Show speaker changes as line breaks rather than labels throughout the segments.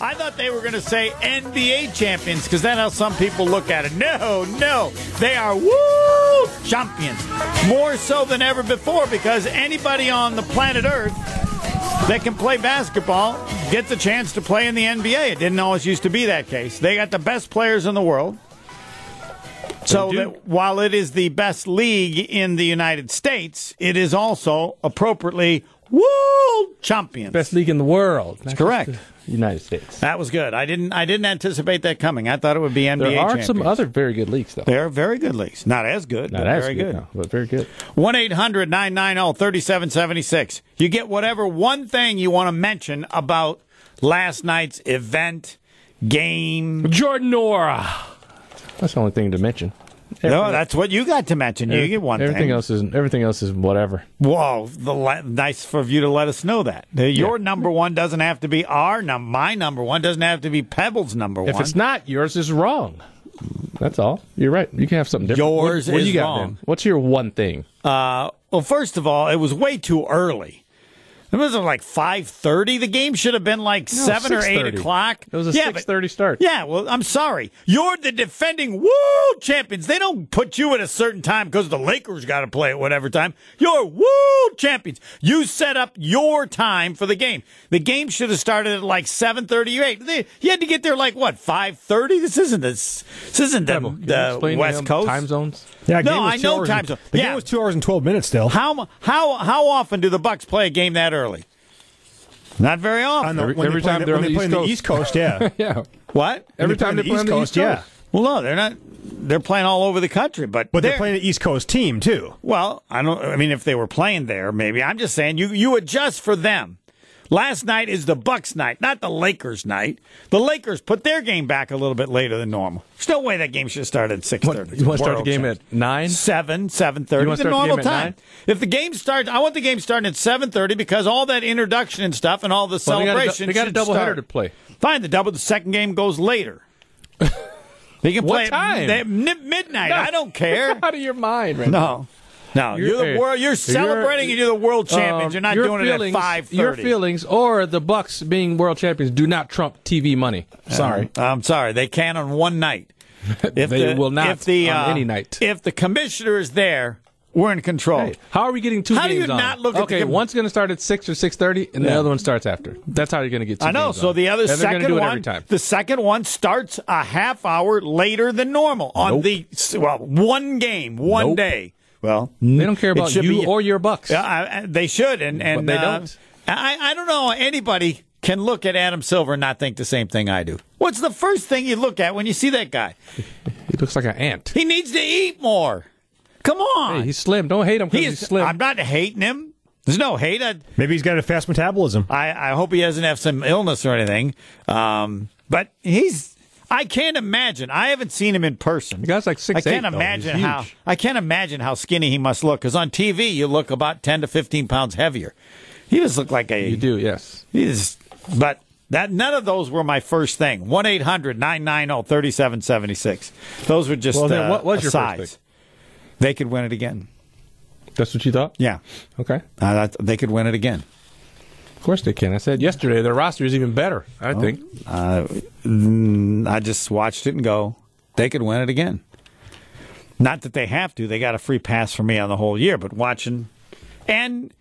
I thought they were going to say NBA champions because that's how some people look at it. No, no, they are woo champions more so than ever before because anybody on the planet Earth that can play basketball gets a chance to play in the NBA. It didn't always used to be that case. They got the best players in the world. So
do.
that while it is the best league in the United States, it is also appropriately world champions.
Best league in the world. That's
correct.
United States.
That was good. I didn't. I didn't anticipate that coming. I thought it would be NBA.
There are
champions.
some other very good leagues, though.
They're very good leagues. Not as good.
Not
but
as
very
good, no, but very good.
1 800 990 3776. You get whatever one thing you want to mention about last night's event, game.
Jordan Nora. That's the only thing to mention.
No, that's what you got to mention. You get one
everything
thing.
else is everything else is whatever.
Whoa, the le- nice for you to let us know that. Uh, Your number one doesn't have to be our number. My number one doesn't have to be Pebble's number
If
one.
it's not yours, is wrong. That's all. You're right. You can have something different.
Yours
what, what do
is
you got,
wrong.
then? What's your one thing?
Uh, well, first of all, it was way too early. It was like five thirty. The game should have been like seven or eight
6:30.
o'clock.
It was a
but-
6:30 start.
Yeah, well, I'm sorry. You're the defending world champions. They don't put you at a certain time because the Lakers got to play at whatever time. You're world champions. You set up your time for the game. The game should have started at like seven thirty or eight. They- You had to get there like what five thirty. This isn't this. This isn't the,
Pebble, can you
the
explain to
West
him
Coast
time zones.
Yeah,
No,
game was
I
two
know
hours
time
and-
zone.
The
Yeah.
game was two hours and twelve minutes still.
How how how often do the Bucks play a game that early? Not very
On
often.
the,
Every-
when
every
they play
time
the-
they're
when
on
they
the
play
East
in
Coast.
the East Coast, yeah.
Yeah.
what?
Every
They play
time
on
they
the
play on
East
the
Coast,
East
yeah.
Coast.
Well, no, they're not. They're playing all over the country, but
But they're playing an East Coast team too.
Well, I don't. I mean, if they were playing there, maybe. I'm just saying you you adjust for them. Last night is the Bucks night, not the Lakers night. The Lakers put their game back a little bit later than normal. There's no way that game should start at six
What,
thirty.
you want to start the game at nine?
seven, seven
You
thirty.
wanna
The
start the
normal
game at
time.
nine?
If the game starts, I want the game starting at seven thirty because all that introduction and stuff and all the
Well, they got a-
celebration.
They got a
should
double header
start.
to play.
Fine, the double. The second game goes later. They can
What
play
time?
At, mi- midnight. I don't care.
Out of your mind, Um, right? now.
No, no. You're,
You're-
the world. You're
you're-
celebrating, and you're the world champions.
Um,
you're not
your
doing
feelings-
it at five
Your
thirty.
feelings or the Bucks being world champions do not trump TV money.
Um,
Sorry,
I'm sorry, they can on one night. If
They will not
if the,
on
uh,
any night.
If the commissioner is there, we're in control.
Hey, how are we getting two
How do
games
you
on?
not look at the
okay,
com-
one's going to start at six or six thirty, and the other one starts after. That's how you're going to get. Two
I know.
games
So
on.
the other
and they're gonna
second
do it
one,
every time.
the second one starts a half hour later than normal on
Nope.
the well one game, one
Nope.
day. Well,
they don't care about
should
you
be-
or your Bucks.
Yeah, I, I- they should, and and
they
uh,
don't.
I I don't know anybody can look at Adam Silver and not think the same thing I do. What's the first thing you look at when you see that guy?
He looks like an ant.
He needs to eat more. Come on,
Hey, he's slim. Don't hate him because he's,
He's-
slim.
I'm not hating him. There's no hate. I,
Maybe he's got a fast metabolism.
I I hope he doesn't have some illness or anything. Um, but he's. I can't imagine. I haven't seen him in person.
guy's like
I
6'8",
can't
though. He's
imagine
huge.
how I can't imagine how skinny he must look because on TV you look about ten to fifteen pounds heavier. He just looked like a
you do, yes.
He just- but that none of those were my first thing. 1 800 990 3776. Those were just
Well, then,
uh,
what was your first
asides. They could win it again.
That's what you thought.
Yeah.
Okay.
I thought they could win it again.
Of course they can. I said yesterday their roster is even better. I think.
Uh, mm, I just watched it and go, they could win it again. Not that they have to. They got a free pass from me on the whole year, but watching. And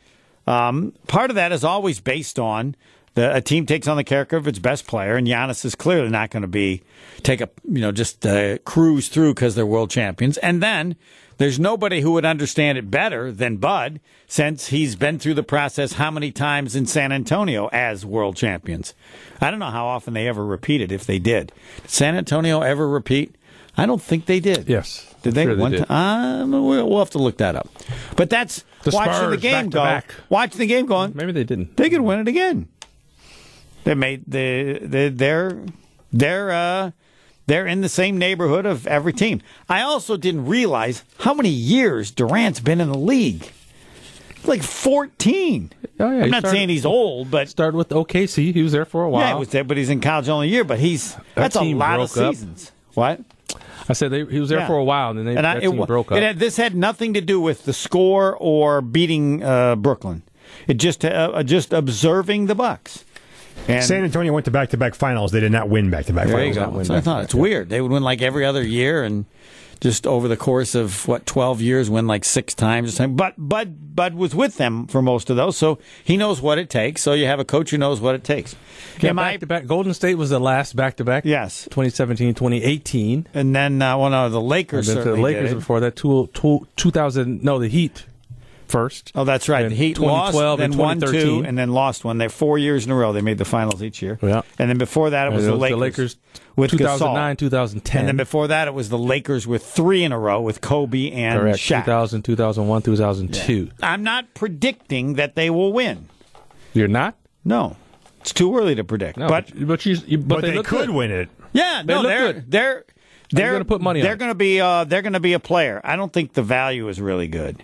um, part of that is always based on the, a team takes on the character of its best player, and Giannis is clearly not going to be take a you know just uh, cruise through because they're world champions. And then there's nobody who would understand it better than Bud, since he's been through the process how many times in San Antonio as world champions. I don't know how often they ever repeated. If they did, did San Antonio ever repeat? I don't think they did.
Yes.
Did they
Sure they
one
did.
time? We'll we'll have to look that up. But that's
The
watching the
Spurs
game
back to
go.
back.
Watching the game going.
Maybe they didn't.
They could win it again. They made the, the they're they're uh, they're in the same neighborhood of every team. I also didn't realize how many years Durant's been in the league. Like fourteen.
Oh, yeah,
I'm
he
not
started-
saying he's old, but
Started with OKC. He was there for a while.
yeah, it was there, but he's in college only a year. But he's that's a
team
lot of
broke up.
seasons. What?
I said they, he was there
Yeah.
for a while, and then they
and
that
I, it,
team
wa-
broke up.
it had, this had nothing to do with the score uh, or beating uh, Brooklyn. It just uh, just observing the Bucks. And
San Antonio went to back-to-back finals. They did not win back-to-back
there you
finals.
go.
not win
That's what I thought. It's weird. They would win like every other year, and just over the course of what twelve years, win like six times. or something. But Bud Bud was with them for most of those, so he knows what it takes. So you have a coach who knows what it takes.
Yeah,
Am I-
back to back. Golden State was the last back to back.
Yes.
2017, 2018.
And then uh, well, no, the
And
Lakers.
then to the
certainly did
Lakers
it.
before that. Two, two, 2000. No, the Heat first.
Oh, that's right.
And
The Heat lost,
2012
then
and
won two,
2013.
and then lost one. They're four years in a row. They made the finals each year.
Yeah.
And then before that, it was the Lakers, with Gasol.
2009, 2010.
And then before that, it was the Lakers with three in a row with Kobe and
Correct.
Shaq.
2000, 2001, 2002.
I'm not predicting that they will win.
You're not?
No, it's too early to predict.
No.
but
but, you, you- but,
But, they,
look
could
good.
win it.
yeah, no,
look
they're
good.
they're they're
gonna put money on
They're
it.
going to be uh, they're going to be a player. I don't think the value is really good.